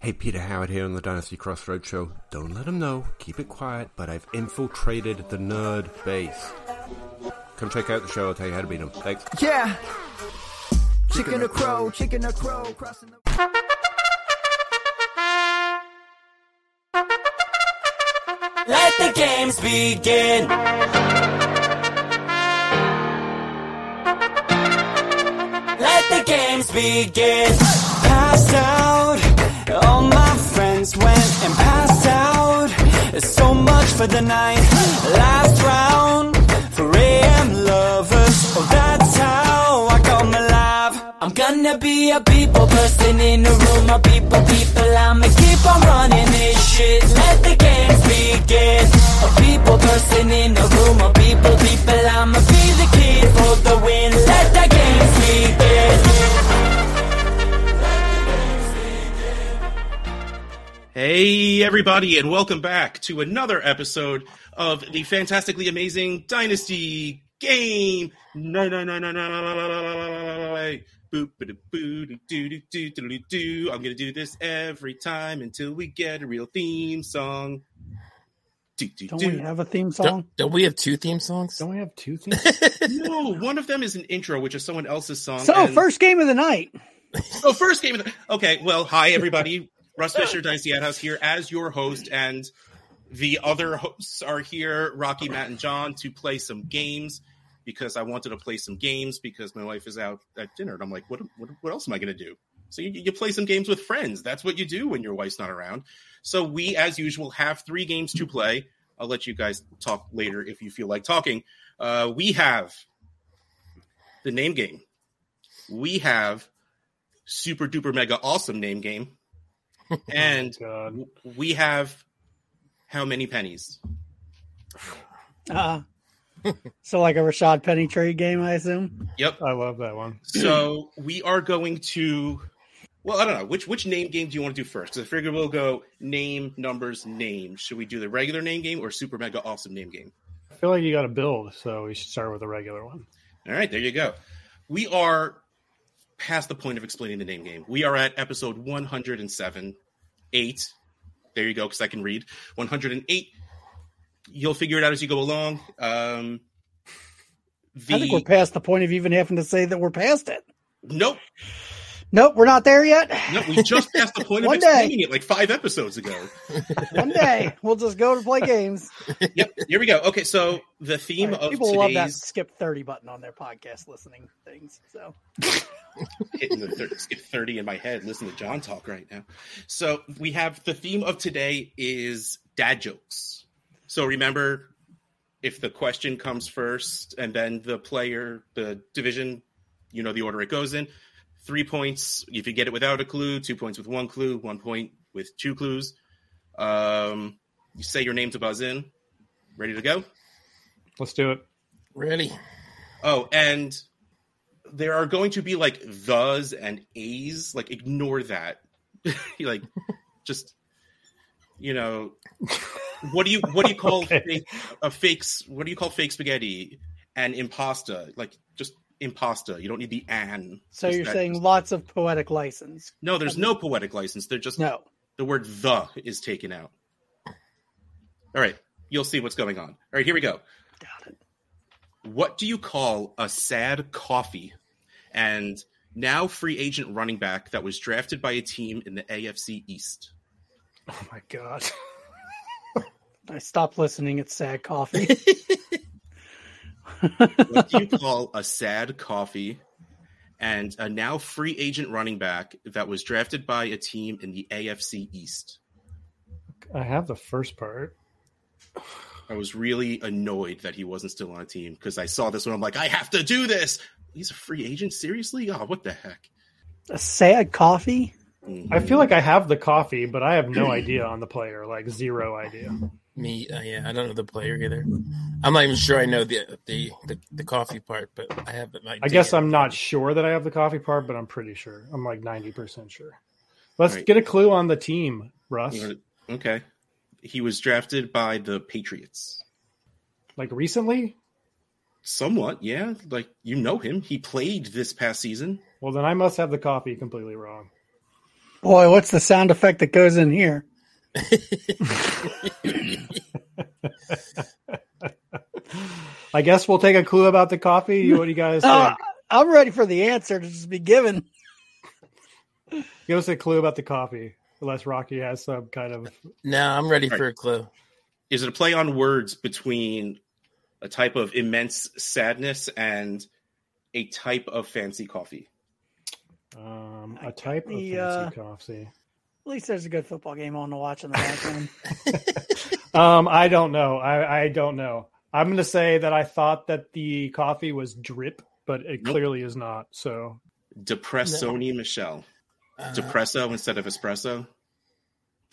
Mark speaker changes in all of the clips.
Speaker 1: Hey, Peter Howard here on the Dynasty Crossroad Show. Don't let them know, keep it quiet, but I've infiltrated the nerd base. Come check out the show, I'll tell you how to beat them. Thanks.
Speaker 2: Yeah. Chicken or crow, chicken or crow, crossing the.
Speaker 3: Let the games begin. Let the games begin. Passed out. All my friends went and passed out. So much for the night. Last round for AM lovers. Oh, that's how I come alive. I'm gonna be a people person in a room of people, people. I'ma keep on running this shit. Let the games begin. A people person in a room of people, people. I'ma be the kid for the win. Let the games begin.
Speaker 4: Hey, everybody, and welcome back to another episode of the fantastically amazing Dynasty game. No, no, no, no, no, no, no, no, no, no, no, no. Boop, ba-da, boo, do, do, do, do, do, do, do. I'm going to do this every time until we get a real theme song. Do, do,
Speaker 5: Don't
Speaker 4: do.
Speaker 5: we have a theme song?
Speaker 6: Don't, don't we have two theme songs?
Speaker 5: Don't we have two themes?
Speaker 4: no, one of them is an intro, which is someone else's song.
Speaker 5: so,
Speaker 4: and-
Speaker 5: first game of the night.
Speaker 4: Oh, first game of the. Okay, well, hi everybody. Russ Fisher, Dynasty Ad House here as your host, and the other hosts are here, Rocky, Matt, and John, to play some games because I wanted to play some games because my wife is out at dinner, and I'm like, what? What, what else am I going to do? So you, you play some games with friends. That's what you do when your wife's not around. So we, as usual, have three games to play. I'll let you guys talk later if you feel like talking. Uh, we have the name game. We have super duper mega awesome name game.
Speaker 7: Oh
Speaker 4: And w- we have how many pennies?
Speaker 5: Uh, so, like a Rashad Penny trade game, I assume.
Speaker 4: Yep.
Speaker 7: I love that one.
Speaker 4: So we are going to well, I don't know. Which which name game do you want to do first? Because I figure we'll go name, numbers, name. Should we do the regular name game or super mega awesome name game?
Speaker 7: I feel like you got to build, so we should start with a regular one.
Speaker 4: All right, there you go. We are past the point of explaining the name game. We are at episode 107, 8. There you go, because I can read. 108. You'll figure it out as you go along. Um, the,
Speaker 5: I think we're past the point of even having to say that we're past it.
Speaker 4: nope,
Speaker 5: Nope, we're not there yet.
Speaker 4: nope, we just passed the point of
Speaker 5: One day.
Speaker 4: explaining it like five episodes ago.
Speaker 5: One day we'll just go to play games.
Speaker 4: yep, here we go. Okay, so the theme
Speaker 5: All right,
Speaker 4: of
Speaker 5: people love
Speaker 4: today's
Speaker 5: that skip thirty button on their podcast listening things. So,
Speaker 4: hitting the thir- skip 30 in my head listen to john talk right now so we have the theme of today is dad jokes so remember if the question comes first and then the player the division you know the order it goes in three points if you get it without a clue two points with one clue one point with two clues um you say your name to buzz in ready to go
Speaker 7: Let's do it.
Speaker 6: Really?
Speaker 4: Oh, and there are going to be like thes and a's. Like, ignore that. like, just you know, what do you what do you call
Speaker 7: Okay.
Speaker 4: fake, a fakes? What do you call fake spaghetti and impasta? Like, just impasta. You don't need the an.
Speaker 5: so
Speaker 4: Just
Speaker 5: you're
Speaker 4: that-
Speaker 5: saying lots of poetic license?
Speaker 4: no? There's no poetic license. They're just
Speaker 5: No.
Speaker 4: the word the is taken out. All right, you'll see what's going on. All right, here we go. What do you call a sad coffee? And now free agent running back that was drafted by a team in the AFC East.
Speaker 7: Oh my god.
Speaker 5: I stopped listening at Sad Coffee.
Speaker 4: What do you call a sad coffee? And a now free agent running back that was drafted by a team in the AFC East.
Speaker 7: I have the first part.
Speaker 4: I was really annoyed that he wasn't still on a team because I saw this one. I'm like, I have to do this. He's a free agent? Seriously? Oh, what the heck?
Speaker 5: a sad coffee?
Speaker 7: I feel like I have the coffee, but I have no idea on the player, like zero idea.
Speaker 6: Me? Uh, yeah, I don't know the player either.
Speaker 7: Mm-hmm.
Speaker 6: I'm not even sure I know the the the, the coffee part, but I have an idea.
Speaker 7: I guess I'm not sure that I have the coffee part, but I'm pretty sure. I'm like 90% sure. Let's
Speaker 4: Right.
Speaker 7: get a clue on the team, Russ.
Speaker 4: Okay. He was drafted by the Patriots.
Speaker 7: Like recently?
Speaker 4: Somewhat, yeah. Like, you know him. He played this past season.
Speaker 7: Well, then I must have the coffee completely wrong.
Speaker 5: Boy, what's the sound effect that goes in here?
Speaker 7: I guess we'll take a clue about the coffee. What do you guys think?
Speaker 5: Ah, I'm ready for the answer to just be given.
Speaker 7: Give us a clue about the coffee, unless Rocky has some kind of.
Speaker 6: Now I'm ready
Speaker 4: Right.
Speaker 6: for a clue.
Speaker 4: Is it a play on words between a type of immense sadness and a type of fancy coffee?
Speaker 7: Um, a type of
Speaker 5: The,
Speaker 7: fancy
Speaker 5: uh,
Speaker 7: coffee.
Speaker 5: At least there's a good football game on to watch in the background.
Speaker 7: Um, I don't know. I, I don't know. I'm going to say that I thought that the coffee was drip, but it
Speaker 4: Nope.
Speaker 7: clearly is not. So
Speaker 4: Depressoni Michelle.
Speaker 6: Uh,
Speaker 4: Depresso instead of espresso. Uh,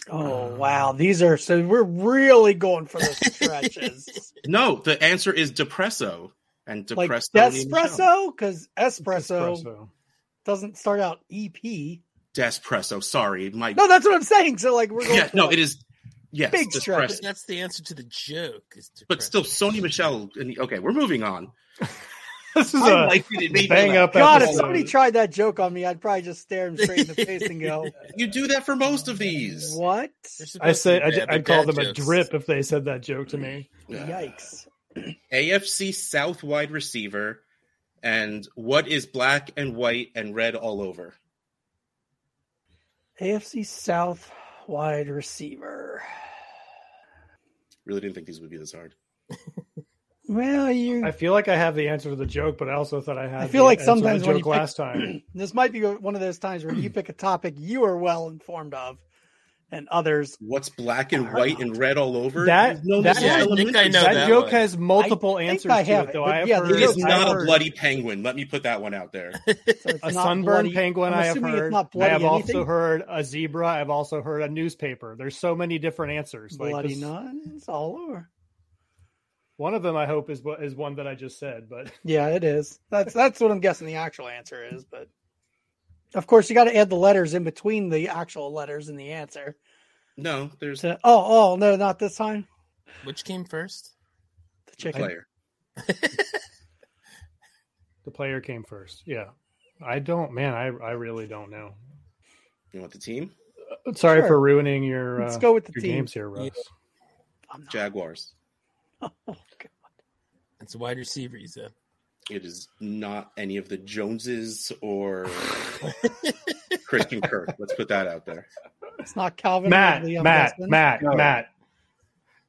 Speaker 5: Oh wow, these are so we're really going for the stretches.
Speaker 4: No, the answer is depresso and
Speaker 5: like
Speaker 4: depresso.
Speaker 5: espresso, because espresso,
Speaker 7: espresso.
Speaker 5: doesn't start out EP.
Speaker 4: Despresso. Sorry, my
Speaker 5: No, that's what I'm saying. So like we're going.
Speaker 4: yeah.
Speaker 5: for,
Speaker 4: No,
Speaker 5: like-
Speaker 4: it is yes.
Speaker 5: Big
Speaker 4: Despresso.
Speaker 5: stretch.
Speaker 6: that's the answer to the joke. Is
Speaker 4: But still, Sony Michelle. And, okay, we're moving on.
Speaker 7: This is
Speaker 4: I
Speaker 7: a
Speaker 4: liked it. It made me
Speaker 7: Uh, bang
Speaker 4: laugh.
Speaker 7: up
Speaker 5: God, if
Speaker 7: episode.
Speaker 5: somebody tried that joke on me, I'd probably just stare him straight in the face and go,
Speaker 4: You do that for most of these.
Speaker 5: "What?
Speaker 7: I say I, would call them a drip if they said that joke to me.
Speaker 5: Yikes!"
Speaker 4: AFC South wide receiver, and what is black and white and red all over?
Speaker 5: AFC South wide receiver.
Speaker 4: Really didn't think these would be this hard.
Speaker 5: Well, you.
Speaker 7: I feel like I have the answer to the joke, but I also thought I had.
Speaker 5: I feel
Speaker 7: the
Speaker 5: like
Speaker 7: answer to the
Speaker 5: sometimes when
Speaker 7: joke
Speaker 5: you pick-
Speaker 7: last time.
Speaker 5: this might be one of those times where you pick a topic you are well informed of, and others
Speaker 4: What's black and white and red all over?
Speaker 7: That-
Speaker 4: You've known
Speaker 7: that-
Speaker 4: this
Speaker 7: Yeah, I
Speaker 4: since
Speaker 7: think
Speaker 4: elementary
Speaker 6: I know
Speaker 4: school.
Speaker 7: That
Speaker 6: that
Speaker 7: joke
Speaker 6: one.
Speaker 7: has multiple
Speaker 5: I think
Speaker 7: answers
Speaker 5: I
Speaker 7: to
Speaker 5: have
Speaker 7: it,
Speaker 5: it,
Speaker 7: though.
Speaker 5: but
Speaker 7: I have
Speaker 5: yeah,
Speaker 7: heard,
Speaker 5: the
Speaker 4: It is
Speaker 5: joke-
Speaker 7: I've
Speaker 4: not a
Speaker 7: heard
Speaker 4: bloody penguin. Let me put that one out there.
Speaker 5: so it's
Speaker 7: a
Speaker 5: not
Speaker 7: sunburned
Speaker 5: bloody-
Speaker 7: penguin.
Speaker 5: I'm
Speaker 7: I have
Speaker 5: assuming
Speaker 7: heard.
Speaker 5: It's not
Speaker 7: I
Speaker 5: bloody
Speaker 7: have also
Speaker 5: anything.
Speaker 7: heard a zebra. I've also heard a newspaper. There's so many different answers. Like
Speaker 5: bloody
Speaker 7: this-
Speaker 5: nuns all over.
Speaker 7: One of them, I hope, is what is one that I just said. But
Speaker 5: Yeah, it is. That's that's what I'm guessing the actual answer is, but of course you got to add the letters in between the actual letters in the answer.
Speaker 4: No, there's
Speaker 5: So, oh, oh no, not this time.
Speaker 6: Which came first?
Speaker 5: The chicken.
Speaker 4: player.
Speaker 7: the player came first. Yeah, I don't. Man, I I really don't know.
Speaker 4: You want the team?
Speaker 7: Sorry
Speaker 5: Sure.
Speaker 7: for ruining your.
Speaker 5: Let's
Speaker 7: uh,
Speaker 5: go with the
Speaker 7: your
Speaker 5: team.
Speaker 7: games here, Russ.
Speaker 6: Yeah.
Speaker 5: I'm not-
Speaker 4: Jaguars.
Speaker 5: oh,
Speaker 6: It's wide Oh receiver. You said.
Speaker 4: It is not any of the Joneses or Christian Kirk. Let's put that out there.
Speaker 5: it's not Calvin.
Speaker 7: Matt,
Speaker 5: Ridley, I'm
Speaker 7: Matt,
Speaker 5: guessing.
Speaker 7: Matt, Matt.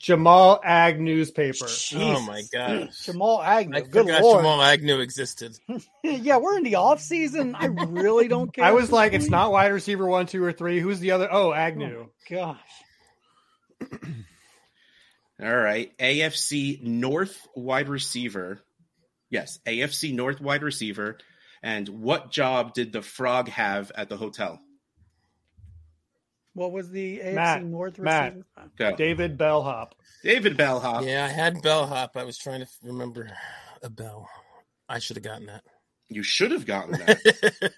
Speaker 7: Jamal Ag newspaper.
Speaker 6: Oh my gosh!
Speaker 5: Jamal Agnew.
Speaker 6: I
Speaker 5: good
Speaker 6: forgot
Speaker 5: lord.
Speaker 6: Jamal Agnew existed.
Speaker 5: yeah, we're in the off season. I really don't care.
Speaker 7: I was like, it's not wide receiver one, two, or three. Who's the other? Oh, Agnew.
Speaker 5: Gosh,
Speaker 4: All right. AFC North wide receiver. Yes, AFC North wide receiver. And what job did the frog have at the hotel?
Speaker 5: what was the AFC
Speaker 7: Matt,
Speaker 5: North
Speaker 7: Matt.
Speaker 5: receiver?
Speaker 4: Go.
Speaker 7: David Bellhop.
Speaker 4: David Bellhop.
Speaker 6: Yeah, I had bellhop. I was trying to remember a bell. I should have gotten
Speaker 4: You should have gotten that.
Speaker 6: that.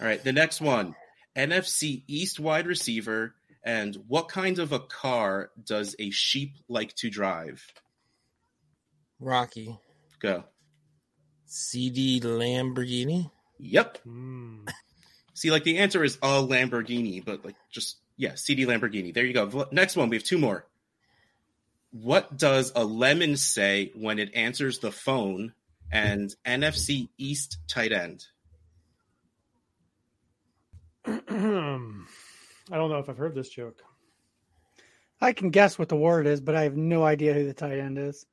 Speaker 4: All right, the next one. NFC East wide receiver. And what kind of a car does a sheep like to drive?
Speaker 6: Rocky,
Speaker 4: Go.
Speaker 6: CD Lamborghini.
Speaker 4: Yep.
Speaker 7: Hmm.
Speaker 4: See, like the answer is a Lamborghini, but like just yeah, CD Lamborghini. There you go. V- Next one, we have two more. What does a lemon say when it answers the phone? And NFC East tight end.
Speaker 7: I don't know if I've heard this joke.
Speaker 5: I can guess what the word is, but I have no idea who the tight end is,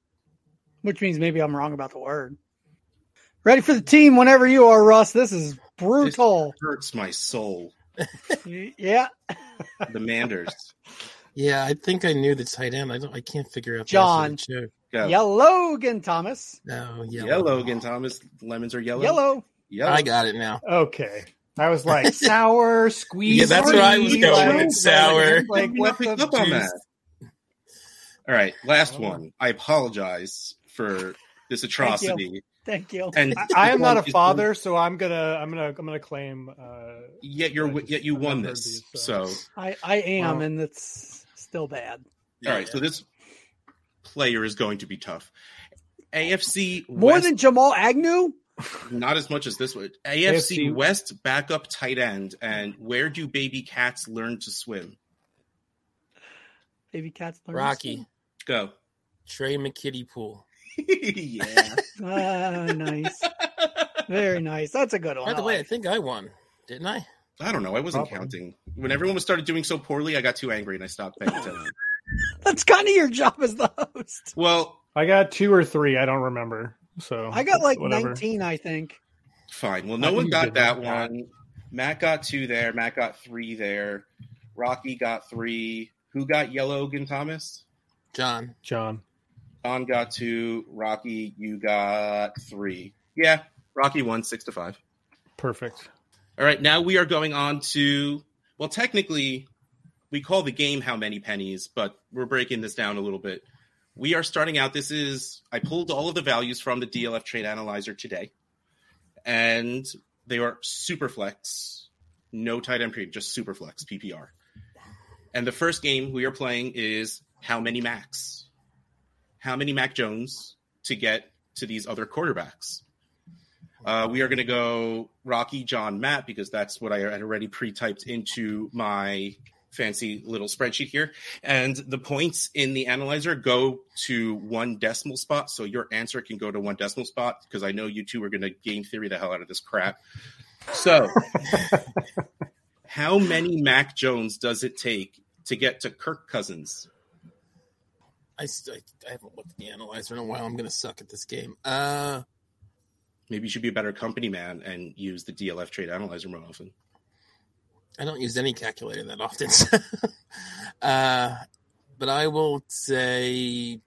Speaker 5: which means maybe I'm wrong about the word. Ready for the team whenever you are, Russ. This is brutal.
Speaker 4: Hurts my soul.
Speaker 5: Y- yeah,
Speaker 4: The Manders.
Speaker 6: Yeah, I think I knew the tight end. I don't. I can't figure out.
Speaker 5: John.
Speaker 6: The answer to the joke.
Speaker 4: Go.
Speaker 5: yellow again, Thomas.
Speaker 6: No, yellow.
Speaker 4: Yellow again, Thomas. Lemons are yellow.
Speaker 5: Yellow.
Speaker 4: Yellow.
Speaker 6: I got it now.
Speaker 7: Okay. I was like, sour, squeeze.
Speaker 6: Yeah, that's what I was
Speaker 7: squeeze,
Speaker 6: going
Speaker 7: like-
Speaker 6: with, sour.
Speaker 7: Like, what
Speaker 4: picked
Speaker 7: the
Speaker 4: up on
Speaker 7: juice? Oh.
Speaker 4: that. All right, last one. I apologize for this atrocity.
Speaker 5: Thank you.
Speaker 4: And
Speaker 7: I, I am not a father, so I'm gonna, I'm gonna, I'm gonna claim. Uh,
Speaker 4: Yet you're yet you
Speaker 7: I've
Speaker 4: won
Speaker 7: never heard
Speaker 4: this.
Speaker 7: these,
Speaker 4: so
Speaker 7: so-
Speaker 5: I, I am,
Speaker 7: Wow.
Speaker 5: and it's still bad.
Speaker 4: All right, so this player is going to be tough. AFC
Speaker 5: More
Speaker 4: West,
Speaker 5: than Jamal Agnew?
Speaker 4: Not as much as this one. AFC,
Speaker 7: AFC.
Speaker 4: West backup tight end. And where do baby cats learn to swim?
Speaker 5: Baby cats learn to
Speaker 6: Rocky,
Speaker 4: Go.
Speaker 6: Trey McKitty Pool.
Speaker 4: yeah.
Speaker 5: swim. Ah, nice. Very nice. That's a good one. Oh,
Speaker 6: By the
Speaker 5: I
Speaker 6: way, I
Speaker 5: like.
Speaker 6: think I won, didn't I?
Speaker 4: I don't know. I wasn't
Speaker 7: Probably.
Speaker 4: counting. When everyone was started doing so poorly, I got too angry and I stopped paying attention.
Speaker 5: that's kind of your job as the host.
Speaker 4: well,
Speaker 7: I got two or three. I don't remember. So
Speaker 5: I got like
Speaker 7: whatever.
Speaker 5: 19, I think.
Speaker 4: Fine. Well,
Speaker 7: I
Speaker 4: no
Speaker 7: think
Speaker 4: one
Speaker 7: you
Speaker 4: got
Speaker 7: did
Speaker 4: that
Speaker 7: that, Matt.
Speaker 4: one. Matt got two there. Matt got three there. Rocky got three. Who got yellow again, Thomas?
Speaker 6: John.
Speaker 7: John.
Speaker 4: Don got two. Rocky, you got three. Yeah, Rocky won six to five.
Speaker 7: Perfect.
Speaker 4: All right, now we are going on to well, technically, we call the game how many pennies, but we're breaking this down a little bit. We are starting out. This is I pulled all of the values from the DLF Trade Analyzer today, and they are super flex, no tight end premium, just super flex PPR. And the first game we are playing is how many Macs, how many Mac Jones to get to these other quarterbacks. Uh, we are going to go Rocky, John, Matt, because that's what I had already pre typed into my fancy little spreadsheet here. And the points in the analyzer go to one decimal spot. So your answer can go to one decimal spot because I know you two are going to game theory the hell out of this crap. So, how many Mac Jones does it take to get to Kirk Cousins?
Speaker 6: I, st- I haven't looked at the analyzer in a while. I'm going to suck at this game. Uh,
Speaker 4: Maybe you should be a better company man and use the DLF trade analyzer more often.
Speaker 6: I don't use any calculator that often. so- uh, but I will say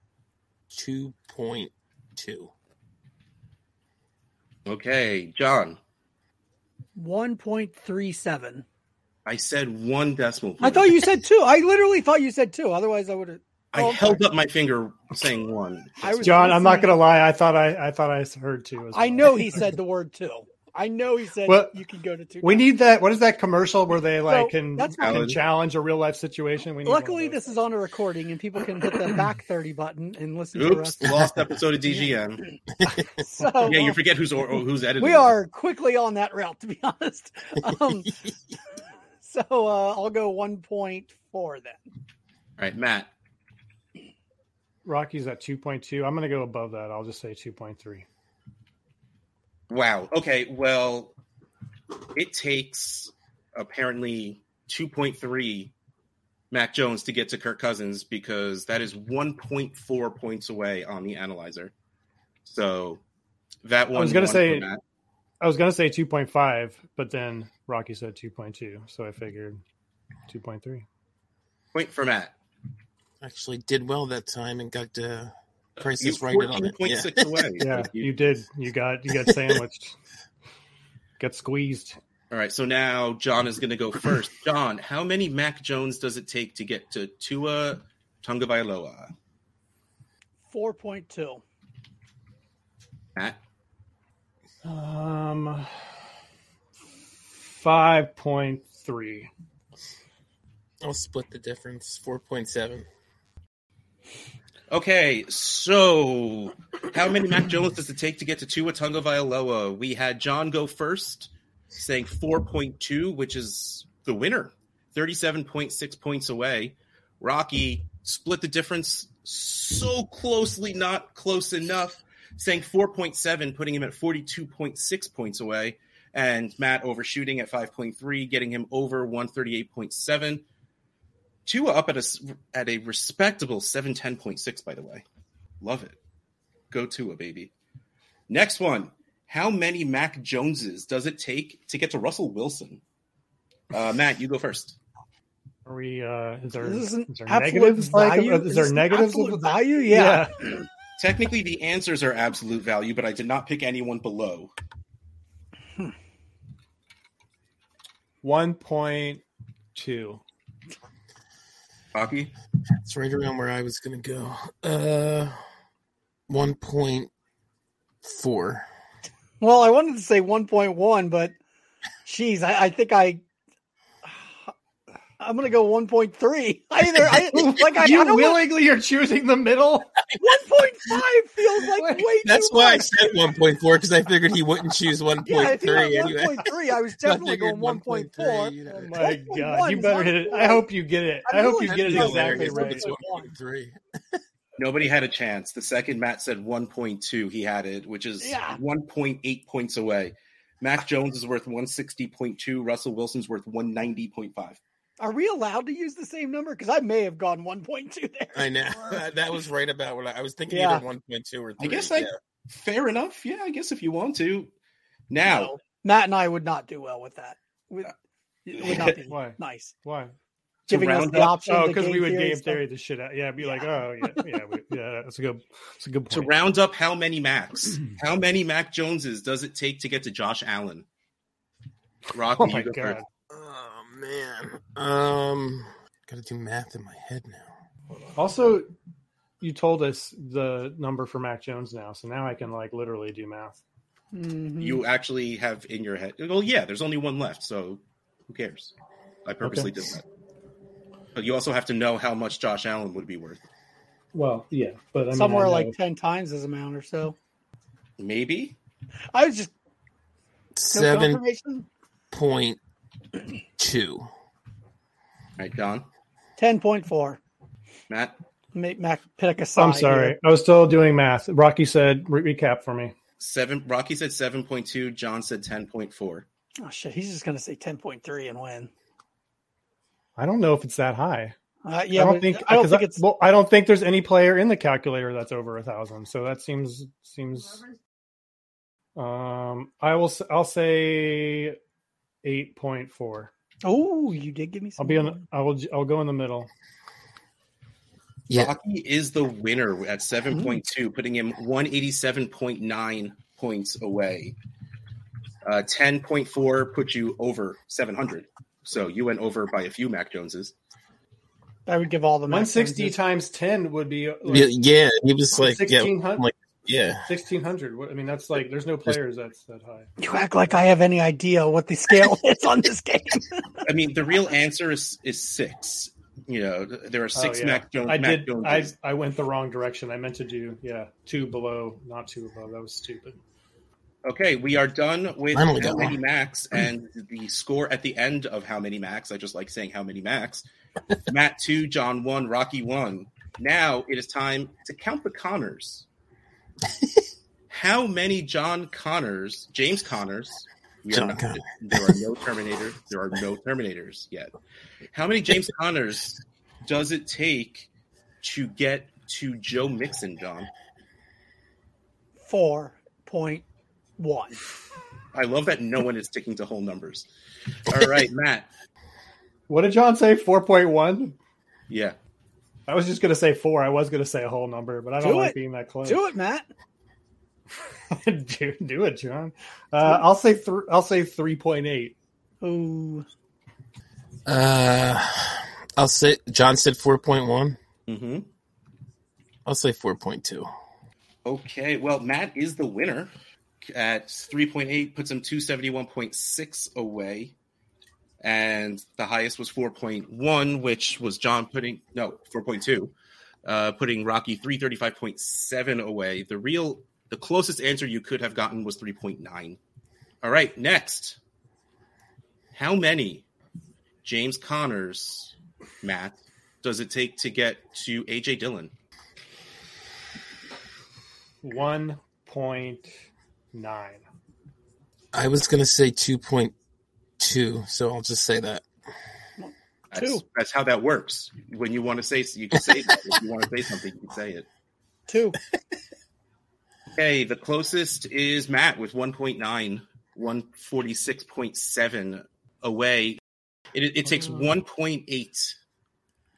Speaker 6: 2.2.
Speaker 4: Okay, John.
Speaker 5: 1.37.
Speaker 4: I said one decimal.
Speaker 5: I
Speaker 4: point.
Speaker 5: thought you said two. I literally thought you said two. Otherwise, I would have.
Speaker 4: I
Speaker 5: Oh, I'm
Speaker 4: held up my finger saying one.
Speaker 5: I was
Speaker 7: John, I'm not
Speaker 5: listening.
Speaker 7: gonna lie. I thought I I thought I heard two. As well.
Speaker 5: I know he said the word two. I know he said
Speaker 7: Well,
Speaker 5: you can go to two.
Speaker 7: We need that. What is that commercial where they like can,
Speaker 5: that's
Speaker 4: my-
Speaker 7: can challenge a real life situation? We need one of
Speaker 5: Luckily,
Speaker 7: those.
Speaker 5: this is on a recording, and people can hit the back thirty button and listen to us.
Speaker 4: Oops, lost episode of DGN.
Speaker 5: So
Speaker 4: Yeah, you forget who's or, or who's editing.
Speaker 5: uh, we are quickly on that route, to be honest. Um, so uh, I'll go one point four then.
Speaker 4: All right, Matt.
Speaker 7: Rocky's at two point two. I'm gonna go above that. I'll just say two point three.
Speaker 4: Wow. Okay. Well, it takes apparently 2.3 Mac Jones to get to Kirk Cousins because that is 1.4 points away on the analyzer. So that one
Speaker 7: was gonna
Speaker 4: won
Speaker 7: say-
Speaker 4: for Matt.
Speaker 7: I was gonna say two point five, but then Rocky said two point two, so I figured two point three.
Speaker 4: point for Matt.
Speaker 6: Actually, did well that time and got uh,
Speaker 4: He's
Speaker 6: prices right on it. Yeah.
Speaker 4: 14.6 away.
Speaker 7: Yeah, you did. You got you got sandwiched. got squeezed.
Speaker 4: All right, so now John is going to go first. John, how many Mac Jones does it take to get to Tua Tungavailoa?
Speaker 5: Four point two.
Speaker 4: Matt,
Speaker 7: Um, five point three.
Speaker 6: I'll split the difference 4.7.
Speaker 4: Okay, so how many Mac Jones does it take to get to Tua Tunga Vailoa? We had John go first, saying 4.2, which is the winner, 37.6 points away. Rocky split the difference so closely, not close enough, saying 4.7, putting him at 42.6 points away. And Matt overshooting at 5.3, getting him over 138.7. Tua up at a s- at a respectable seven ten point six. By the way, love it. Go Tua, baby. Next one. How many Mac Joneses does it take to get to Russell Wilson? Uh, Matt, you go first.
Speaker 7: Are we? Uh, is there,
Speaker 5: This is
Speaker 7: is
Speaker 5: an
Speaker 7: there
Speaker 5: absolute
Speaker 7: negatives? Like,
Speaker 5: value.
Speaker 7: is there
Speaker 5: This an
Speaker 7: negatives?
Speaker 5: absolute value? Yeah.
Speaker 4: Technically, the answers are absolute value, but I did not pick anyone below.
Speaker 7: One point two.
Speaker 4: Rocky,
Speaker 6: It's right around where I was going to go. Uh, 1.4.
Speaker 5: Well, I wanted to say one point one, but geez, I, I think I. I'm gonna go 1.3. Either I like I, I
Speaker 7: you
Speaker 5: don't know-
Speaker 7: willingly are choosing the middle.
Speaker 5: point five feels like
Speaker 7: Wait,
Speaker 5: way
Speaker 6: That's
Speaker 5: too
Speaker 6: why I
Speaker 5: much.
Speaker 6: said 1.4 because I figured he wouldn't choose 1.3
Speaker 5: yeah, if you went
Speaker 6: anyway.
Speaker 5: 1.3, I was
Speaker 6: I
Speaker 5: definitely
Speaker 6: figured
Speaker 5: going 1.4.
Speaker 6: 1.3, you know.
Speaker 7: Oh my
Speaker 5: 1.1
Speaker 7: god, you
Speaker 5: is
Speaker 7: better hit it. I hope you get it.
Speaker 5: I'm
Speaker 7: I hope
Speaker 5: really
Speaker 7: you get it
Speaker 5: not
Speaker 6: That'd be
Speaker 7: exactly
Speaker 6: hilarious if
Speaker 7: right.
Speaker 6: it's 1.3.
Speaker 4: Nobody had a chance. The second Matt said 1.2, he had it, which is
Speaker 5: Yeah.
Speaker 4: 1.8 points away. Mac Jones is worth 160.2. Russell Wilson's worth 190.5.
Speaker 5: Are we allowed to use the same number? Because I may have gone 1.2 there.
Speaker 6: I know that was right about what I, I was thinking.
Speaker 5: Yeah.
Speaker 6: Either 1.2 or 3.
Speaker 4: I guess I- Fair enough. Yeah, I guess if you want to. Now,
Speaker 5: No, Matt and I would not do well with that. Would, it would not be
Speaker 7: Why?
Speaker 5: nice.
Speaker 7: Why?
Speaker 5: Giving us
Speaker 4: round
Speaker 5: the
Speaker 4: up-
Speaker 5: option.
Speaker 7: Oh,
Speaker 5: to
Speaker 7: because we would game
Speaker 5: and stuff.
Speaker 7: theory the shit out. Yeah, be like, oh yeah, yeah, we, yeah. That's a good, that's a good
Speaker 4: to
Speaker 7: point.
Speaker 4: round up how many Macs, how many Mac Joneses does it take to get to Josh Allen? Rocky,
Speaker 7: Oh my
Speaker 4: you go
Speaker 7: god.
Speaker 4: first.
Speaker 6: Oh man, um, gotta do math in my head now.
Speaker 7: Also, you told us the number for Mac Jones now, so now I can like literally do math.
Speaker 5: Mhm.
Speaker 4: you actually have in your head. Well, yeah, there's only one left, so who cares? I purposely
Speaker 7: Okay.
Speaker 4: did that. But you also have to know how much Josh Allen would be worth.
Speaker 7: Well, yeah, but I mean,
Speaker 5: Somewhere
Speaker 7: I know-
Speaker 5: like 10 times his amount or so.
Speaker 4: Maybe
Speaker 5: I was just no
Speaker 6: Seven
Speaker 5: confirmation.
Speaker 6: point two.
Speaker 4: right, Don,
Speaker 5: 10.4.
Speaker 4: Matt.
Speaker 5: Make Mac pick a side.
Speaker 7: I'm sorry, I was still doing math. Rocky said, re- "Recap for me."
Speaker 4: Seven. Rocky said seven point two. John said ten point four.
Speaker 5: Oh, shit. He's just going to say 10.3 and win.
Speaker 7: I don't know if it's that high.
Speaker 5: Uh, yeah,
Speaker 7: I don't
Speaker 5: but
Speaker 7: think.
Speaker 5: I don't
Speaker 7: 'cause
Speaker 5: think it's.
Speaker 7: well, I don't think there's any player in the calculator that's over a thousand. So that seems seems. Um, I will. s- I'll say eight point four.
Speaker 5: Oh, you did give me
Speaker 7: I'll
Speaker 5: some.
Speaker 7: be on. I will. I'll go in the middle.
Speaker 6: Yeah.
Speaker 4: Rocky is the winner at seven
Speaker 7: Hmm.
Speaker 4: point two, putting him one eighty seven point nine points away. Uh, ten point four puts you over seven hundred. So you went over by a few Mac Joneses.
Speaker 5: I would give all the Mac
Speaker 7: One sixty
Speaker 5: Joneses.
Speaker 7: times ten would be
Speaker 6: yeah, yeah, he was like, yeah,
Speaker 7: 1600?
Speaker 6: like, yeah.
Speaker 7: sixteen hundred. I mean, that's like there's no players that's that high.
Speaker 5: You act like I have any idea what the scale is on this game.
Speaker 4: I mean, the real answer is is six. You know, there are six
Speaker 7: Oh, yeah.
Speaker 4: Mac, Jones,
Speaker 7: I
Speaker 4: Mac
Speaker 7: did. I,
Speaker 4: Joneses.
Speaker 7: I went the wrong direction. I meant to do yeah two below, not two above. That was stupid.
Speaker 4: Okay, we are done with
Speaker 6: Finally
Speaker 4: how
Speaker 6: got
Speaker 4: many
Speaker 6: one.
Speaker 4: Macs and the score at the end of how many Macs. I just like saying how many Macs. Matt two, John one, Rocky one. Now it is time to count the Connors. how many John Connors, James Connors? We are
Speaker 6: John
Speaker 4: not-
Speaker 6: Connor.
Speaker 4: There are no Terminators. There are no Terminators yet. How many James Connors does it take to get to Joe Mixon, John?
Speaker 5: Four point one.
Speaker 4: I love that no one is sticking to whole numbers. All right, Matt.
Speaker 7: What did John say? Four point one.
Speaker 4: Yeah.
Speaker 7: I was just gonna say four. I was gonna say a whole number, but I don't
Speaker 5: Do
Speaker 7: like
Speaker 5: it.
Speaker 7: being that close.
Speaker 5: Do it, Matt.
Speaker 7: it, do, do it, John. Uh, I'll say th- I'll say three point eight.
Speaker 5: Ooh,
Speaker 6: Uh, I'll say John said four point one.
Speaker 4: hmm
Speaker 6: I'll say four point two.
Speaker 4: Okay. Well, Matt is the winner at 3.8, puts him 271.6 away. And the highest was 4.1, which was John putting, no, 4.2, uh, putting Rocky 335.7 away. The real, the closest answer you could have gotten was 3.9. All right. Next. How many James Connors, Matt, does it take to get to AJ Dillon?
Speaker 7: One point nine.
Speaker 6: I was gonna say two point two, so I'll just say that.
Speaker 4: That's,
Speaker 5: Two.
Speaker 4: that's how that works. When you want to say, you can say that. if you want to say something, you can say it.
Speaker 5: two.
Speaker 4: Okay, the closest is Matt with 1.9, 146.7 away. It, it takes 1.8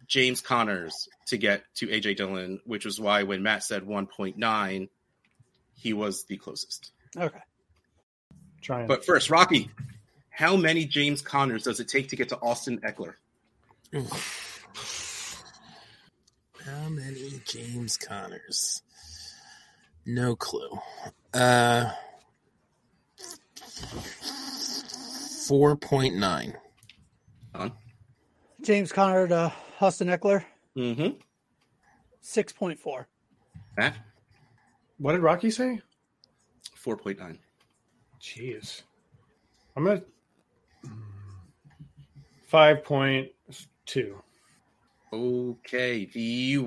Speaker 4: James Connors to get to AJ Dillon, which was why when Matt said 1.9, he was the closest.
Speaker 5: Okay.
Speaker 7: Trying.
Speaker 4: But first, Rocky, how many James Connors does it take to get to Austin Eckler?
Speaker 6: How many James Connors? No clue. Uh, four point nine.
Speaker 5: James Conner to uh, Huston Eckler,
Speaker 4: Mm-hmm.
Speaker 5: six point four.
Speaker 4: Matt,
Speaker 7: What did Rocky say?
Speaker 4: 4.9.
Speaker 7: Jeez. I'm going to. 5.2.
Speaker 4: Okay, the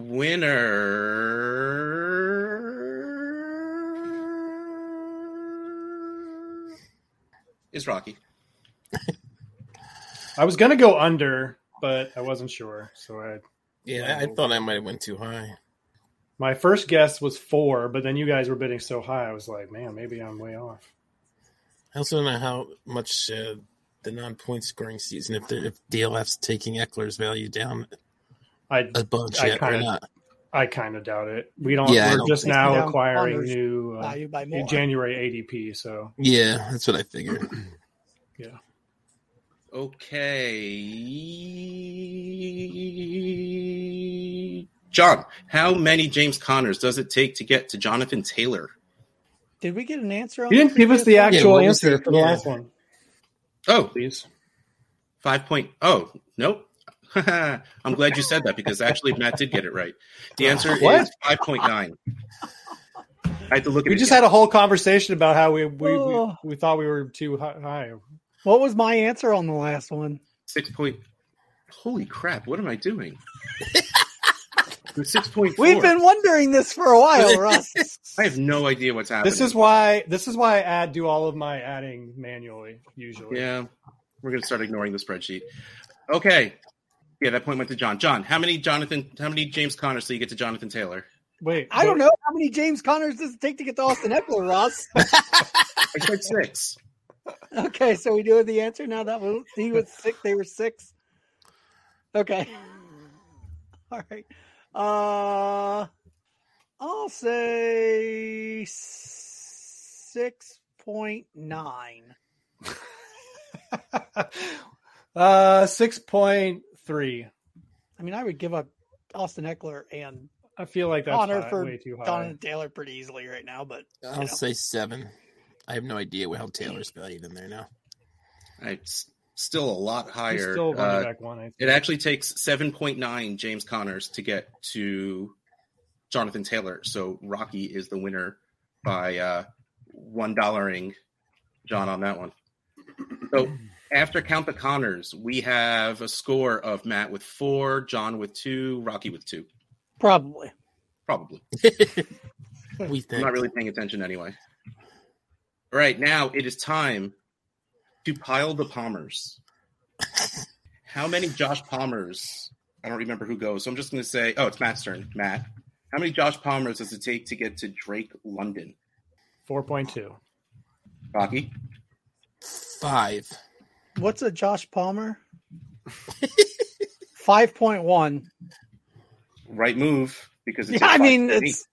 Speaker 4: winner is Rocky.
Speaker 7: I was going to go under, but I wasn't sure. So I.
Speaker 6: Yeah, I, I thought I might have went too high.
Speaker 7: My first guess was four, but then you guys were bidding so high, I was like, man, maybe I'm way off.
Speaker 6: I also don't know how much uh, the non-point scoring season if the, if DLF's taking Eckler's value down
Speaker 7: I
Speaker 6: a bunch
Speaker 7: I
Speaker 6: yet or
Speaker 7: kinda-
Speaker 6: not.
Speaker 7: I kind of doubt it. We don't.
Speaker 6: Yeah, I
Speaker 7: we're
Speaker 6: don't
Speaker 7: just
Speaker 6: think
Speaker 7: now
Speaker 5: so.
Speaker 7: acquiring
Speaker 5: Honors
Speaker 7: new, uh,
Speaker 5: Value by
Speaker 7: new
Speaker 5: more.
Speaker 7: January ADP, so
Speaker 6: Yeah, that's what I figured.
Speaker 7: yeah.
Speaker 4: Okay. John, how many James Connors does it take to get to Jonathan Taylor?
Speaker 5: Did we get an answer on
Speaker 7: You didn't
Speaker 5: that
Speaker 7: give us the
Speaker 5: previous
Speaker 7: actual
Speaker 6: what was
Speaker 7: answer
Speaker 6: the-
Speaker 7: for the
Speaker 6: yeah.
Speaker 7: last one,
Speaker 4: Oh,
Speaker 7: please.
Speaker 4: Five point. Oh nope. I'm glad you said that because actually Matt did get it right. The answer
Speaker 7: What?
Speaker 4: is five point nine. I had to look at
Speaker 7: We
Speaker 4: it
Speaker 7: just
Speaker 4: again.
Speaker 7: had a whole conversation about how we we, we,
Speaker 5: Oh.
Speaker 7: we thought we were too hi- high.
Speaker 5: one? What was my answer on the last one?
Speaker 4: six point. Holy crap! What am I doing? six point four.
Speaker 5: We've been wondering this for a while, Russ.
Speaker 4: I have no idea what's happening.
Speaker 7: This is why this is why I add do all of my adding manually usually.
Speaker 4: Yeah, we're gonna start ignoring the spreadsheet. Okay. Yeah, that point went to John. John, how many Jonathan? How many James Connors do you get to Jonathan Taylor?
Speaker 7: Wait,
Speaker 5: I don't
Speaker 7: know.
Speaker 5: know how many James Connors does it take to get to Austin Eckler, Ross.
Speaker 4: I said six.
Speaker 5: Okay, so we do have the answer now. That was he was six. They were six. Okay. All right. Uh, I'll say six point nine.
Speaker 7: uh, six point three.
Speaker 5: I mean, I would give up Austin Eckler and
Speaker 7: I feel like that's
Speaker 5: Connor
Speaker 7: high,
Speaker 5: for
Speaker 7: way too high.
Speaker 5: Donovan Taylor pretty easily right now, but
Speaker 6: I'll say seven. I have no idea how Taylor's valued in there now.
Speaker 4: It's still a lot
Speaker 7: He's
Speaker 4: higher.
Speaker 7: still
Speaker 4: Uh,
Speaker 7: running back one. I think.
Speaker 4: It actually takes 7.9 James Connors to get to Jonathan Taylor. So Rocky is the winner by uh, one dollaring John on that one. So after count the Connors, we have a score of Matt with four, John with two, Rocky with two.
Speaker 5: probably.
Speaker 4: Probably.
Speaker 6: We
Speaker 4: I'm
Speaker 6: think.
Speaker 4: not really paying attention anyway. All right, now it is time to pile the Palmers. How many Josh Palmers? I don't remember who goes, so I'm just going to say, oh, it's Matt's turn. Matt, how many Josh Palmers does it take to get to Drake London?
Speaker 7: Four point two.
Speaker 4: Rocky,
Speaker 6: Five.
Speaker 5: What's a Josh Palmer? Five point one.
Speaker 4: right move because it's
Speaker 5: Yeah, I mean it's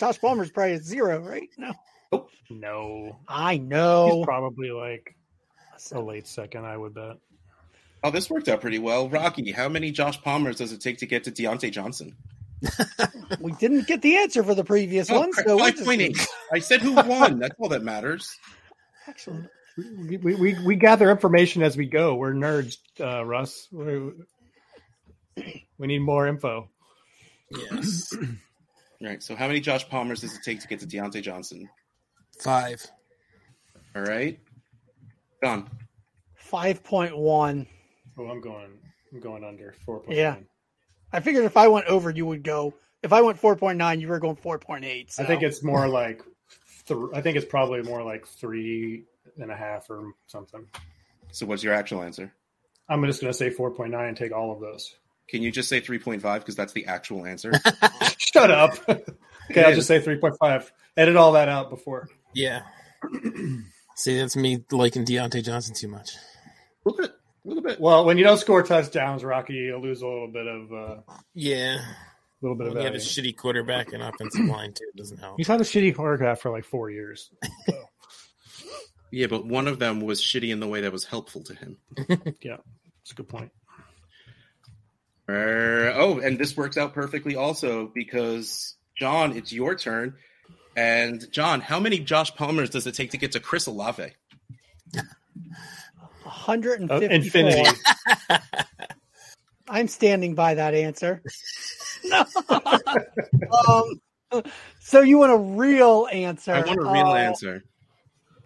Speaker 5: Josh Palmer's probably at zero, right? No,
Speaker 7: No,
Speaker 5: I
Speaker 7: he's
Speaker 5: know.
Speaker 7: probably like a late second. I would bet.
Speaker 4: oh, this worked out pretty well. Rocky, how many Josh Palmers does it take to get to Deontay Johnson?
Speaker 5: We didn't get the answer for the previous
Speaker 4: Oh,
Speaker 5: one,
Speaker 4: crap,
Speaker 5: so we're just
Speaker 4: 5.8. I said who won. That's all that matters.
Speaker 5: actually
Speaker 7: We, we, we, we gather information as we go. We're nerds, uh, Russ. we we need more info.
Speaker 6: Yes.
Speaker 4: All right, so how many Josh Palmers does it take to get to Deontay Johnson?
Speaker 6: Five.
Speaker 4: All right. John.
Speaker 5: five point one.
Speaker 7: Oh, I'm going. I'm going under four point.
Speaker 5: Yeah. I figured if I went over, you would go. If I went four point nine, you were going four point eight. So.
Speaker 7: I think it's more like. Th- I think it's probably more like three and a half or something.
Speaker 4: So what's your actual answer?
Speaker 7: I'm just going to say four point nine and take all of those.
Speaker 4: Can you just say 3.5 because that's the actual answer?
Speaker 7: Shut up. okay, I'll
Speaker 4: is.
Speaker 7: just say three point five. Edit all that out before.
Speaker 6: Yeah. See, that's me liking Deontay Johnson too much.
Speaker 4: little bit. little bit.
Speaker 7: Well, when you don't score touchdowns, Rocky, you lose a little bit of a uh,
Speaker 6: Yeah.
Speaker 7: little bit of
Speaker 6: When you have a
Speaker 7: value.
Speaker 6: shitty quarterback and offensive line too, it doesn't help.
Speaker 7: He's had a shitty quarterback for like four years. So.
Speaker 4: Yeah, but one of them was shitty in the way that was helpful to him.
Speaker 7: Yeah, it's a good point.
Speaker 4: Uh, oh, and this works out perfectly also because John, it's your turn. And John, how many Josh Palmers does it take to get to Chris Olave?
Speaker 5: one hundred and
Speaker 7: Uh,
Speaker 5: fifty.
Speaker 7: infinity.
Speaker 5: I'm standing by that answer. no. Um, so you want a real answer?
Speaker 4: I want a real
Speaker 5: Uh,
Speaker 4: answer.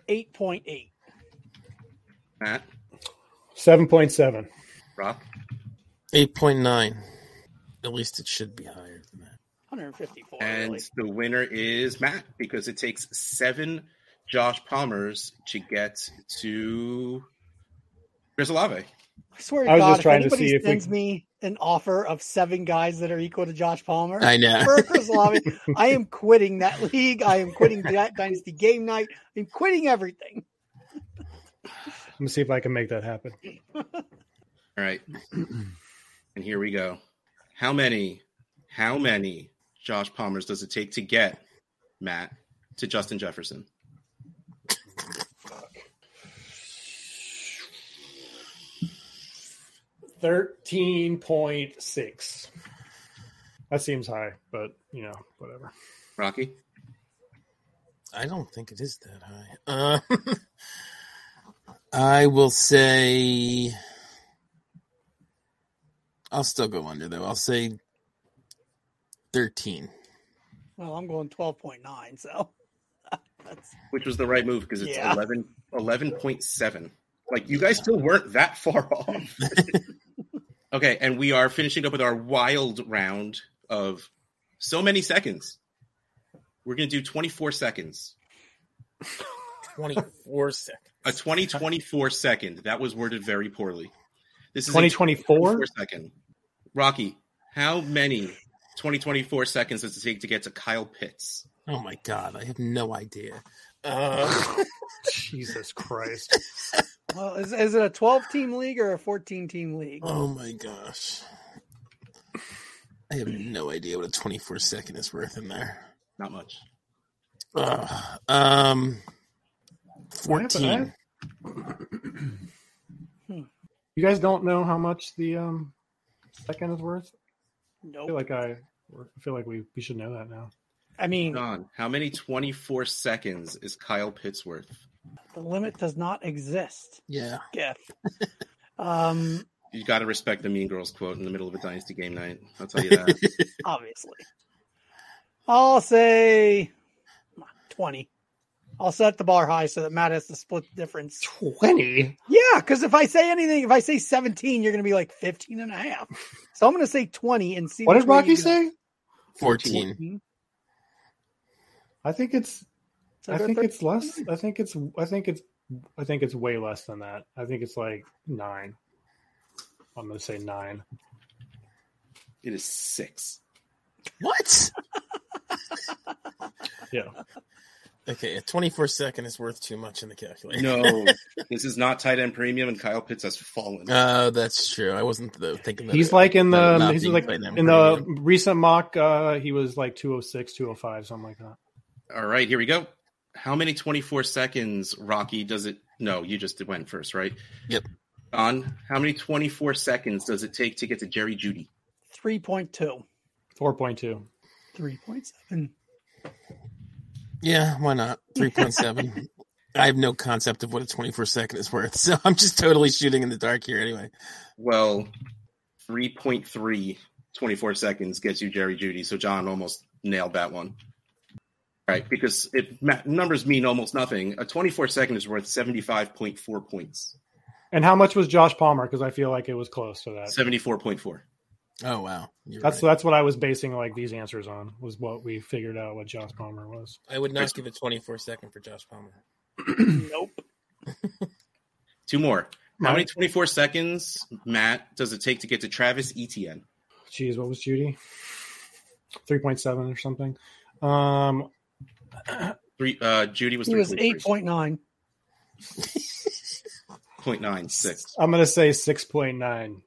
Speaker 5: Eight point eight.
Speaker 4: Matt,
Speaker 7: Seven point seven.
Speaker 4: Rock,
Speaker 6: 8.9. At least it should be higher than that.
Speaker 5: 154.
Speaker 4: and
Speaker 5: really.
Speaker 4: the winner is Matt because it takes seven Josh Palmers to get to Grizzlave.
Speaker 5: I swear to
Speaker 7: I was
Speaker 5: God,
Speaker 7: just trying to
Speaker 5: if anybody
Speaker 7: see if we-
Speaker 5: sends me an offer of seven guys that are equal to Josh Palmer
Speaker 6: I know.
Speaker 5: for Chris Olave, I am quitting that league. I am quitting that dynasty game night. I'm quitting everything.
Speaker 7: Let me see if I can make that happen.
Speaker 4: All right, and here we go. How many? How many Josh Palmers does it take to get Matt to Justin Jefferson?
Speaker 7: Thirteen point six. That seems high, but you know, whatever.
Speaker 4: Rocky,
Speaker 6: I don't think it is that high. Uh, I will say. I'll still go under, though. I'll say 13.
Speaker 5: Well, I'm going 12.9. So that's
Speaker 4: which was the right move because it's
Speaker 5: Yeah.
Speaker 4: eleven eleven point seven. 11, 11.7. Like you guys still weren't that far off. okay, and we are finishing up with our wild round of so many seconds. We're going to do 24 seconds.
Speaker 6: 24 seconds.
Speaker 4: A 20 24 second. That was worded very poorly. This is a
Speaker 7: 2024?
Speaker 4: 24 second. Rocky, how many 20 24 seconds does it take to get to Kyle Pitts?
Speaker 6: Oh my god, I have no idea. Uh,
Speaker 7: Jesus Christ.
Speaker 5: well, is, is it a 12 team league or a 14 team league?
Speaker 6: oh my gosh. I have no idea what a 24 second is worth in there.
Speaker 4: Not much.
Speaker 6: Ugh. um, 14.
Speaker 7: You guys don't know how much the um second is worth? I
Speaker 5: Nope.
Speaker 7: feel like I, I feel like we, we should know that now.
Speaker 5: I mean,
Speaker 4: John, how many 24 seconds is Kyle Pitts worth?
Speaker 5: the limit does not exist.
Speaker 6: Yeah.
Speaker 5: Gif. Um,
Speaker 4: You got to respect the Mean Girls quote in the middle of a Dynasty game night. I'll tell you that.
Speaker 5: obviously. I'll say 20. I'll set the bar high so that Matt has to split the difference.
Speaker 7: 20?
Speaker 5: Yeah, because if I say anything, if I say 17, you're going to be like 15 and a half. So I'm going to say 20 and see.
Speaker 7: What
Speaker 5: which
Speaker 7: did
Speaker 5: way
Speaker 7: Rocky
Speaker 5: you go.
Speaker 7: say?
Speaker 6: 14.
Speaker 7: I think it's
Speaker 5: So
Speaker 7: I
Speaker 5: go
Speaker 7: think
Speaker 5: thir-
Speaker 7: it's less. I think it's I think it's I think it's way less than that. I think it's like 9. I'm going to say 9.
Speaker 4: it is six.
Speaker 6: What?
Speaker 7: Yeah.
Speaker 6: Okay, a 24 second is worth too much in the calculator.
Speaker 4: No, this is not tight end premium, and Kyle Pitts has fallen.
Speaker 6: Uh, that's true. I wasn't though, thinking that.
Speaker 7: He's
Speaker 6: it-
Speaker 7: like in
Speaker 6: that would
Speaker 7: the
Speaker 6: not
Speaker 7: he's
Speaker 6: be
Speaker 7: like
Speaker 6: played in
Speaker 7: in the
Speaker 6: premium.
Speaker 7: recent mock uh he was like 206, 205 something like that.
Speaker 4: All right, here we go. How many 24 seconds, Rocky, does it? No, you just went first, right?
Speaker 6: Yep.
Speaker 4: Don, how many 24 seconds does it take to get to Jerry Judy?
Speaker 5: 3.2,
Speaker 7: 4.2.
Speaker 5: 3.7.
Speaker 6: Yeah, why not? 3.7. I have no concept of what a 24 second is worth, so I'm just totally shooting in the dark here anyway.
Speaker 4: Well, 3.3 24 seconds gets you Jerry Judy. So John almost nailed that one. All right, because if ma- numbers mean almost nothing, a 24 second is worth 75.4 points.
Speaker 7: And how much was Josh Palmer cuz I feel like it was close to that.
Speaker 4: 74.4.
Speaker 6: Oh, wow. You're
Speaker 7: That's
Speaker 6: right.
Speaker 7: that's what I was basing like these answers on was what we figured out what Josh Palmer was.
Speaker 6: I would not give a 24 second for Josh Palmer.
Speaker 5: nope.
Speaker 4: Two more. How
Speaker 7: Right.
Speaker 4: many 24 seconds, Matt, does it take to get to Travis Etienne?
Speaker 7: Jeez, what was Judy? 3.7 or something. Um
Speaker 4: Three, uh, Judy was
Speaker 5: He was
Speaker 4: 3.3.
Speaker 5: 8.9.
Speaker 4: 8.96.
Speaker 7: I'm going to say 6.9.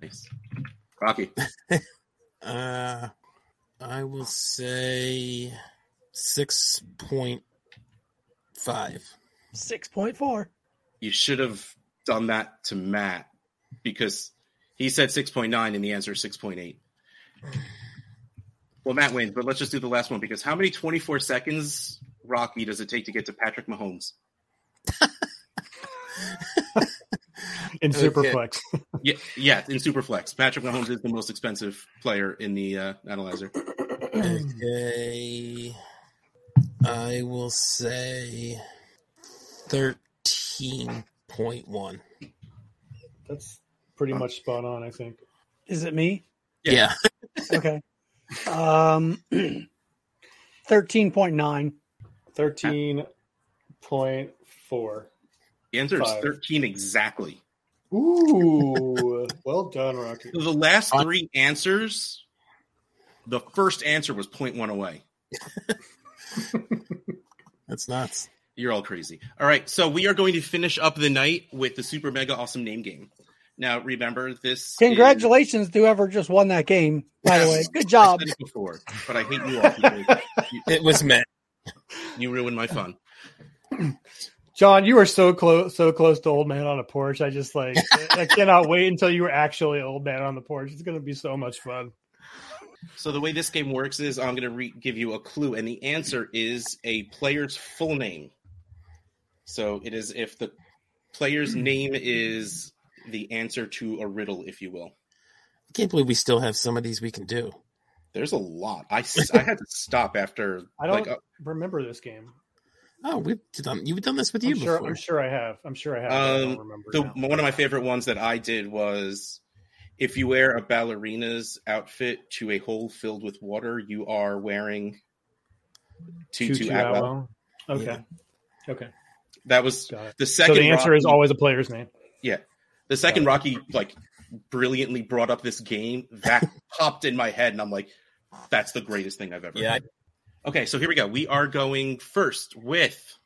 Speaker 4: Nice. Rocky,
Speaker 6: Uh, I will say 6.5.
Speaker 5: 6.4.
Speaker 4: you should have done that to Matt because he said 6.9 and the answer is 6.8. Well, Matt wins, but let's just do the last one because how many 24 seconds, Rocky, does it take to get to Patrick Mahomes?
Speaker 7: in
Speaker 6: Okay.
Speaker 7: Superflex.
Speaker 4: Yeah, yeah, in Superflex. Patrick Mahomes is the most expensive player in the uh, analyzer.
Speaker 6: Okay. I will say 13.1.
Speaker 7: That's pretty much spot on, I think.
Speaker 5: Is it me?
Speaker 6: Yeah.
Speaker 5: Okay. Um, thirteen point nine.
Speaker 7: 13.4.
Speaker 4: The answer is
Speaker 7: Five.
Speaker 4: 13 exactly.
Speaker 7: Ooh. well done, Rocky.
Speaker 4: The last three answers, the first answer was 0.1 away.
Speaker 6: That's nuts.
Speaker 4: You're all crazy. All right, so we are going to finish up the night with the super mega awesome name game. Now, remember this. is-
Speaker 5: Congratulations to whoever just won that game. By the way, good job.
Speaker 4: I said it before, but I hate you all. people. you,
Speaker 6: It was meant.
Speaker 4: you ruined my fun.
Speaker 7: John, you are so close, so close to old man on a porch. I just like, I cannot wait until you are actually old man on the porch. It's going to be so much fun.
Speaker 4: So the way this game works is I'm going to re- give you a clue, and the answer is a player's full name. So it is if the player's name is the answer to a riddle, if you will.
Speaker 6: I can't believe we still have some of these we can do.
Speaker 4: There's a lot. I, s- I had to stop after
Speaker 7: I don't
Speaker 4: like uh,
Speaker 7: remember this game.
Speaker 6: Oh, we've done. You've done this with you
Speaker 7: I'm sure,
Speaker 6: before.
Speaker 7: I'm sure I have. I'm sure I have. I don't
Speaker 4: Um,
Speaker 7: remember.
Speaker 4: the,
Speaker 7: now.
Speaker 4: one of my favorite ones that I did was if you wear a ballerina's outfit to a hole filled with water, you are wearing tutu,
Speaker 7: Tutu
Speaker 4: Atwell.
Speaker 7: Atwell. Okay. Okay.
Speaker 4: That was
Speaker 7: Got it.
Speaker 4: the
Speaker 7: So
Speaker 4: second.
Speaker 7: the answer is
Speaker 4: Rocky-
Speaker 7: always a player's name.
Speaker 4: the second Rocky like brilliantly brought up this game that popped in my head, and I'm like, that's the greatest thing I've ever.
Speaker 6: Yeah,
Speaker 4: heard. Okay, so here we go. We are going first with.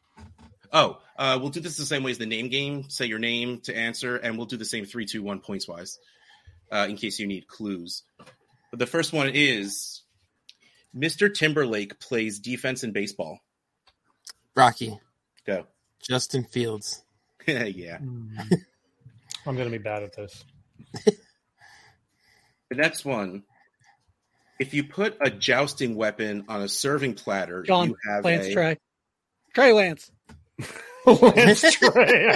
Speaker 4: Oh, uh, we'll do this the same way as the name game. Say your name to answer, and we'll do the same three, two, one points wise, uh, in case you need clues. But the first one is Mr. Timberlake plays defense in baseball.
Speaker 6: Rocky,
Speaker 4: Go.
Speaker 6: Justin Fields.
Speaker 4: yeah.
Speaker 7: I'm going to be bad at this.
Speaker 4: The next one. If you put a jousting weapon on a serving platter,
Speaker 5: John,
Speaker 4: you have
Speaker 5: Lance
Speaker 4: a.
Speaker 5: Trey. Trey Lance.
Speaker 7: Lance Trey.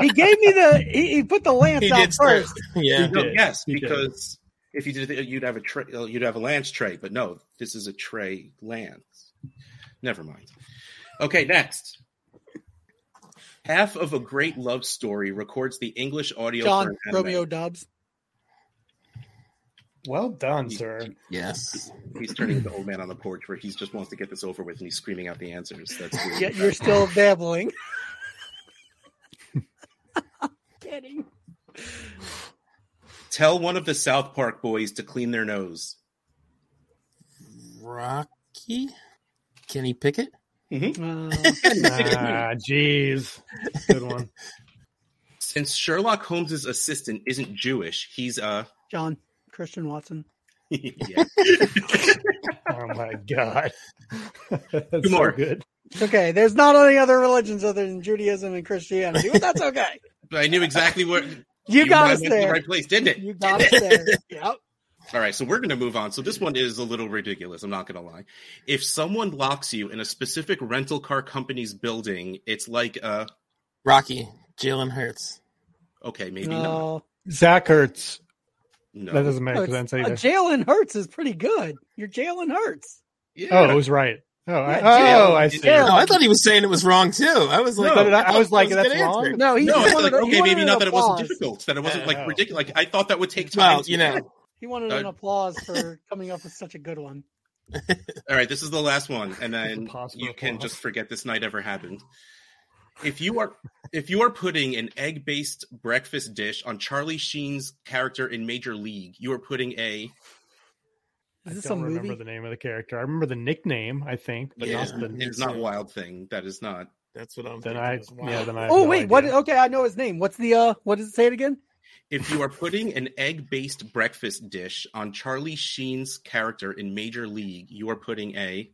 Speaker 5: He gave me the. He, he put the Lance
Speaker 6: He
Speaker 5: out
Speaker 6: did start.
Speaker 5: first.
Speaker 6: Yeah.
Speaker 4: No,
Speaker 7: did.
Speaker 4: yes,
Speaker 7: He did.
Speaker 4: because if you did, it, you'd have a tray, uh, you'd have a lance tray. But no, this is a tray lance. Never mind. Okay, next. Half of a great love story records the English audio. for
Speaker 5: John
Speaker 4: an anime.
Speaker 5: Romeo Dobbs.
Speaker 7: well done, sir.
Speaker 6: Yes.
Speaker 4: He's turning into old man on the porch, where he just wants to get this over with, and he's screaming out the answers. That's really
Speaker 5: Yet you're still dabbling. Kidding.
Speaker 4: Tell one of the South Park boys to clean their nose.
Speaker 6: Rocky, Kenny Pickett.
Speaker 5: Uh,
Speaker 7: Ah, jeez. Good one.
Speaker 4: Since Sherlock Holmes's assistant isn't Jewish, he's uh.
Speaker 5: John Christian Watson.
Speaker 4: yeah.
Speaker 7: Oh my god. That's
Speaker 4: Two more.
Speaker 7: So good.
Speaker 5: It's okay. There's not any other religions other than Judaism and Christianity, but that's okay.
Speaker 4: I knew exactly where
Speaker 5: You, got
Speaker 4: I
Speaker 5: us
Speaker 4: went to the
Speaker 5: there.
Speaker 4: right place, didn't it?
Speaker 5: You got us there. Yep.
Speaker 4: All right, so we're going to move on. So this one is a little ridiculous. I'm not going to lie. If someone locks you in a specific rental car company's building, it's like, uh,
Speaker 6: Rocky, Jalen Hurts.
Speaker 4: okay, maybe not.
Speaker 5: No.
Speaker 7: Zach Hurts.
Speaker 4: No,
Speaker 7: That doesn't make
Speaker 5: No,
Speaker 7: sense
Speaker 5: it's-
Speaker 7: either.
Speaker 5: uh, Jalen Hurts is pretty good. You're Jalen Hurts.
Speaker 7: oh,
Speaker 4: yeah.
Speaker 7: it was right. Oh, I,
Speaker 5: Yeah,
Speaker 7: oh, I
Speaker 4: Jalen.
Speaker 7: see.
Speaker 5: Jalen.
Speaker 6: Oh, I thought he was saying it was wrong too. I was like,
Speaker 7: But it- I was like,
Speaker 6: that
Speaker 7: that's
Speaker 6: a good
Speaker 7: wrong.
Speaker 6: answer.
Speaker 5: No, he
Speaker 4: no,
Speaker 5: just
Speaker 4: it's like
Speaker 5: wanted, a- he
Speaker 4: okay,
Speaker 5: wanted
Speaker 4: maybe
Speaker 5: an
Speaker 4: not that it wasn't
Speaker 5: applause.
Speaker 4: difficult, that it wasn't
Speaker 7: Yeah,
Speaker 4: like
Speaker 7: no.
Speaker 4: ridiculous. Like I thought that would take time.
Speaker 6: Well,
Speaker 4: to-
Speaker 6: you know,
Speaker 5: He wanted an
Speaker 4: Uh,
Speaker 5: applause for coming up with such a good one.
Speaker 4: All right, this is the last one, and
Speaker 7: It's
Speaker 4: then
Speaker 7: impossible
Speaker 4: you
Speaker 7: to
Speaker 4: can
Speaker 7: pull
Speaker 4: just forget this night ever happened. If you are if you are putting an egg-based breakfast dish on Charlie Sheen's character in Major League, you are putting a
Speaker 5: Is this
Speaker 7: I
Speaker 5: a
Speaker 7: don't remember
Speaker 5: movie?
Speaker 7: the name of the character. I remember the nickname, I think, but
Speaker 6: Yeah.
Speaker 7: not the
Speaker 4: it's not Wild Thing. That is not
Speaker 6: that's what I'm.
Speaker 7: Then
Speaker 6: thinking
Speaker 7: I,
Speaker 6: as well.
Speaker 7: yeah, then I. have
Speaker 5: Oh
Speaker 7: no
Speaker 5: wait, what?
Speaker 7: idea.
Speaker 5: Okay, I know his name. What's the uh? What does it say it again?
Speaker 4: If you are putting an egg based breakfast dish on Charlie Sheen's character in Major League, you are putting a.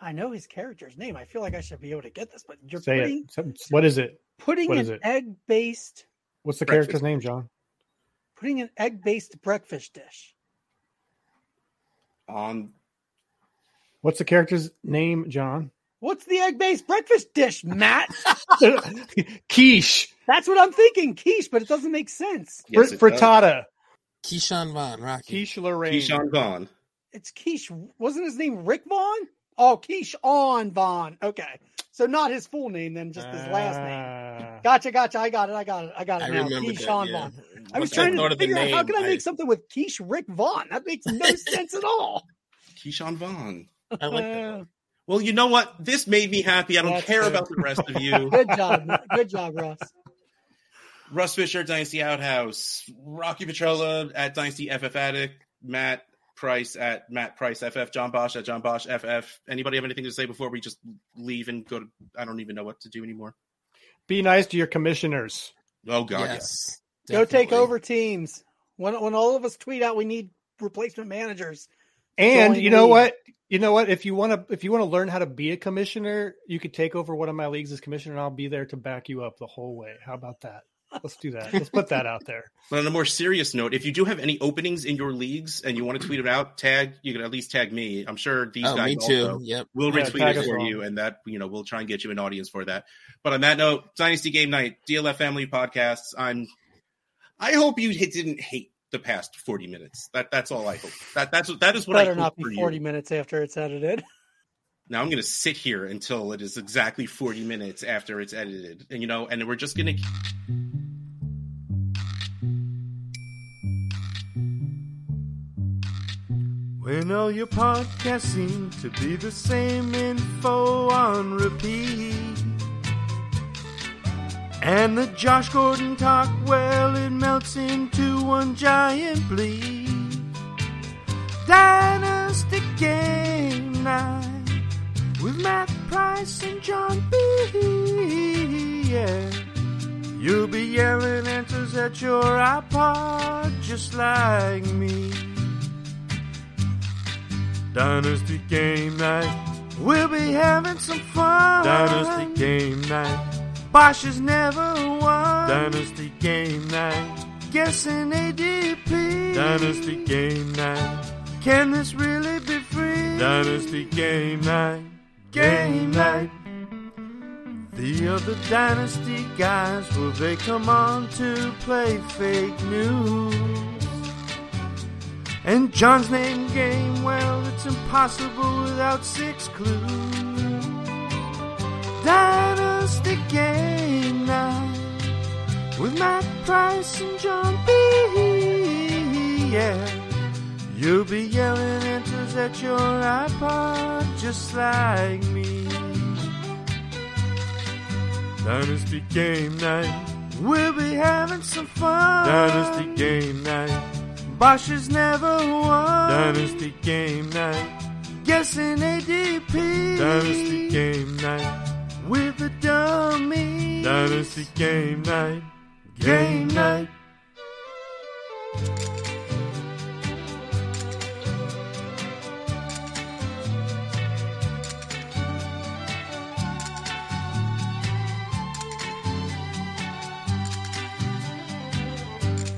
Speaker 5: I know his character's name. I feel like I should be able to get this, but you're
Speaker 7: Say
Speaker 5: putting
Speaker 7: it. So- What is it?
Speaker 5: putting
Speaker 7: What is
Speaker 5: an
Speaker 7: it?
Speaker 5: egg based
Speaker 7: What's the
Speaker 4: Breakfast.
Speaker 7: character's name, John?
Speaker 5: putting an egg based breakfast dish.
Speaker 4: On
Speaker 7: What's the character's name, John?
Speaker 5: What's the egg based breakfast dish, Matt?
Speaker 7: Quiche.
Speaker 5: That's what I'm thinking, quiche, but it doesn't make sense.
Speaker 4: Yes, it
Speaker 7: Fr- frittata.
Speaker 6: Keyshawn Vaughn, Rocky.
Speaker 7: Quiche Lorraine.
Speaker 4: Keyshawn Vaughn.
Speaker 5: It's Keish. Wasn't his name Rick Vaughn? Oh, Keish on Vaughn. Okay. So not his full name then, just his last name.
Speaker 7: name.
Speaker 5: Gotcha, gotcha. I got it. I got it. I got it
Speaker 6: I
Speaker 5: now.
Speaker 6: remember
Speaker 5: Keish
Speaker 6: that.
Speaker 5: on
Speaker 6: yeah.
Speaker 5: Vaughn. I was
Speaker 6: Once
Speaker 5: trying
Speaker 6: thought
Speaker 5: to
Speaker 6: of the
Speaker 5: figure out how
Speaker 6: name,
Speaker 5: can I
Speaker 6: I-
Speaker 5: make something with Keish Rick Vaughn? That makes no sense at all. Uh,
Speaker 4: Keyshawn Vaughn.
Speaker 6: I like that. one.
Speaker 4: Well, you know what? This made me happy. I don't
Speaker 5: That's
Speaker 4: care
Speaker 5: fair.
Speaker 4: about the rest of you.
Speaker 5: Good job. Good job, Russ.
Speaker 4: Russ Fisher, Dynasty Outhouse, Rocky Petrola at Dynasty FF Addict, Matt Price at Matt Price FF, John Bosch at John Bosch FF. Anybody have anything to say before we just leave and go to? I don't even know what to do anymore.
Speaker 7: Be nice to your commissioners.
Speaker 4: Oh God, yes.
Speaker 6: yes.
Speaker 5: Go take
Speaker 6: definitely.
Speaker 5: over teams. When when all of us tweet out we need replacement managers.
Speaker 7: And
Speaker 5: Join
Speaker 7: you know
Speaker 5: me.
Speaker 7: what? You know what? If you want to, if you want to learn how to be a commissioner, you could take over one of my leagues as commissioner, and I'll be there to back you up the whole way. How about that? Let's do that. Let's put that out there.
Speaker 4: But on a more serious note, if you do have any openings in your leagues and you want to tweet it out, tag. You can at least tag me. I'm sure these
Speaker 6: Oh,
Speaker 4: guys
Speaker 6: me too.
Speaker 4: also
Speaker 6: Yep.
Speaker 4: will
Speaker 7: Yeah,
Speaker 4: retweet
Speaker 7: tag
Speaker 4: it
Speaker 7: us
Speaker 4: for
Speaker 7: all.
Speaker 4: you, and that you know we'll try and get you an audience for that. But on that note, Dynasty Game Night, DLF Family Podcasts. I'm. I hope you hit- didn't hate the past 40 minutes. That that's all I hope. That that's that is what I
Speaker 5: Better
Speaker 4: hope
Speaker 5: not
Speaker 4: for
Speaker 5: be
Speaker 4: you.
Speaker 5: 40 minutes after it's edited.
Speaker 4: Now I'm going to sit here until it is exactly 40 minutes after it's edited, and you know, and we're just going to
Speaker 8: When all your podcasts seem to be the same info on repeat. And the Josh Gordon talk, well, it melts into one giant bleed. Dynasty Game Night with Matt Price and John B. Yeah. You'll be yelling answers at your iPod just like me. Dynasty Game Night. We'll be having some fun. Dynasty Game Night. Bosch has never won. Dynasty Game Night. Guessing ADP. Dynasty Game Night. Can this really be free? Dynasty Game Night. Game Night. The other Dynasty guys, will they come on to play fake news? And John's name game, well, it's impossible without six clues. Dynasty Game Night with Matt Price and John B. Yeah, you'll be yelling answers at your iPod just like me. Dynasty Game Night, we'll be having some fun. Dynasty Game Night. Bosch has never won. Dynasty Game Night. Guessing ADP. Dynasty Game Night. With the dummy. Dynasty Game Night. Game Night.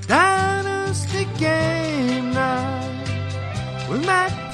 Speaker 8: Dynasty Game Night with Matt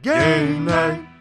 Speaker 8: Game, night.